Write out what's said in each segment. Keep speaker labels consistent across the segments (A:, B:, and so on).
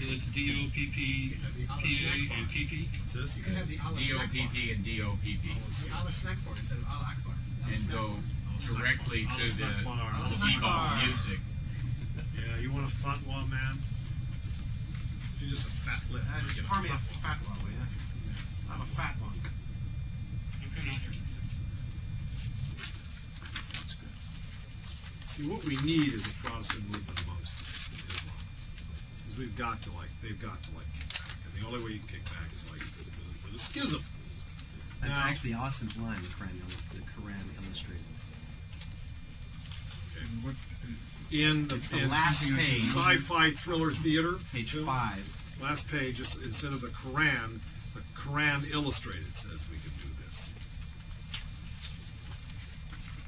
A: it's DOPP, PA, and PP.
B: Sis?
C: You can have the Allah snack bar.
D: DOPP and DOPP
C: The Allah snack bar instead of Allah Akbar. Allah
D: and
C: snack
D: go
C: bar.
D: directly to the
B: Al-Akbar.
D: Bebo music.
B: Yeah, you want a fatwa, man? You're just a fat lip.
C: Uh,
B: You're
C: just
B: a
C: pour me a
B: fatwa.
C: fat one, will ya?
B: I'm a fat monk.
A: Okay,
B: See, what we need is a Protestant movement amongst Islam. Because we've got to like, they've got to like, kick back. and the only way you kick back is like with, with, with a schism.
E: That's
B: Now-
E: actually Austin's line, the Quran, il- the Quran illustrated.
B: In the,
E: It's the
B: in
E: last page.
B: sci-fi thriller theater.
E: Page
B: too.
E: five.
B: Last page, just instead of the Quran, the Quran Illustrated says we can do this.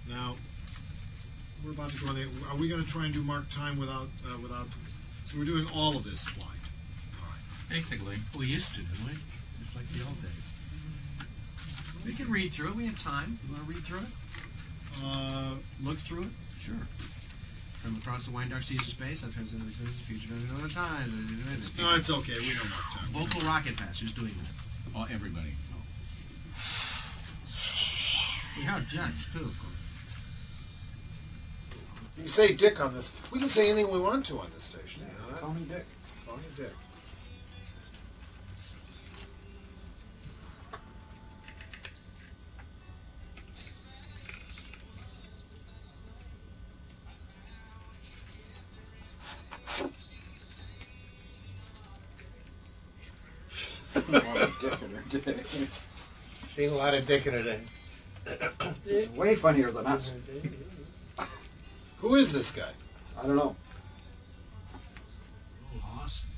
B: Now, we're about to go on. The, are we going to try and do mark time without uh, without? So we're doing all of this blind. All right.
D: Basically.
E: We used to, didn't we? Just like the old days. We can read through it. We have time. You want to read through it?
B: Uh,
E: Look through it? Sure. From across the wine dark seas of space, I turns into the future of another
B: no,
E: time.
B: it's okay. We know mark time.
E: Vocal rocket patch is doing that.
D: All, everybody.
E: We have jets too, of course.
B: You say Dick on this. We can say anything we want to on this station. You know that? Call me Dick. Call me Dick.
F: Seen a lot of dick in a day. He's way funnier than us.
B: Who is this guy?
F: I don't know.
E: Awesome.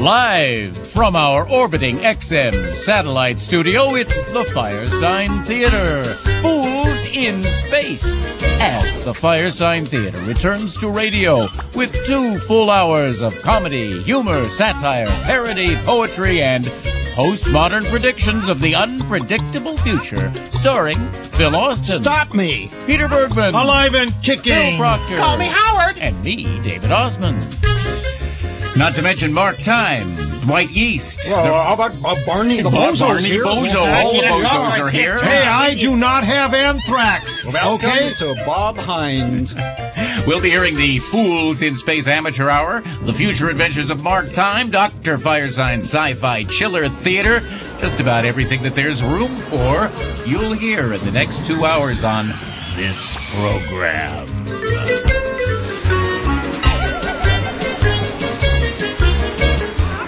G: Live from our orbiting XM satellite studio, it's the Firesign Theater. Fools in Space. As the Firesign Theater returns to radio with two full hours of comedy, humor, satire, parody, poetry, and postmodern predictions of the unpredictable future, starring Phil Austin,
F: me!
G: Peter Bergman,
B: Alive and
G: Bill
B: kicking.
G: Proctor. Call me Howard. And me, David Osman. Not to mention Mark Time, Dwight Yeast.
F: how about uh, Barney the
G: Barney
F: Bozo's here?
G: Bozo. All the Bozos are here.
F: Hey, I do not have anthrax.
G: Welcome
F: okay, to Bob Hines.
G: We'll be hearing the Fools in Space Amateur Hour, the future adventures of Mark Time, Dr. Firesign Sci Fi Chiller Theater, just about everything that there's room for, you'll hear in the next two hours on this program.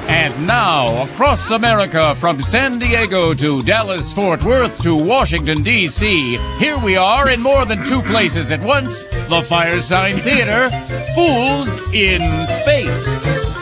G: And now, across America, from San Diego to Dallas, Fort Worth to Washington, D.C., here we are in more than two places at once the Firesign Theater, Fools in Space.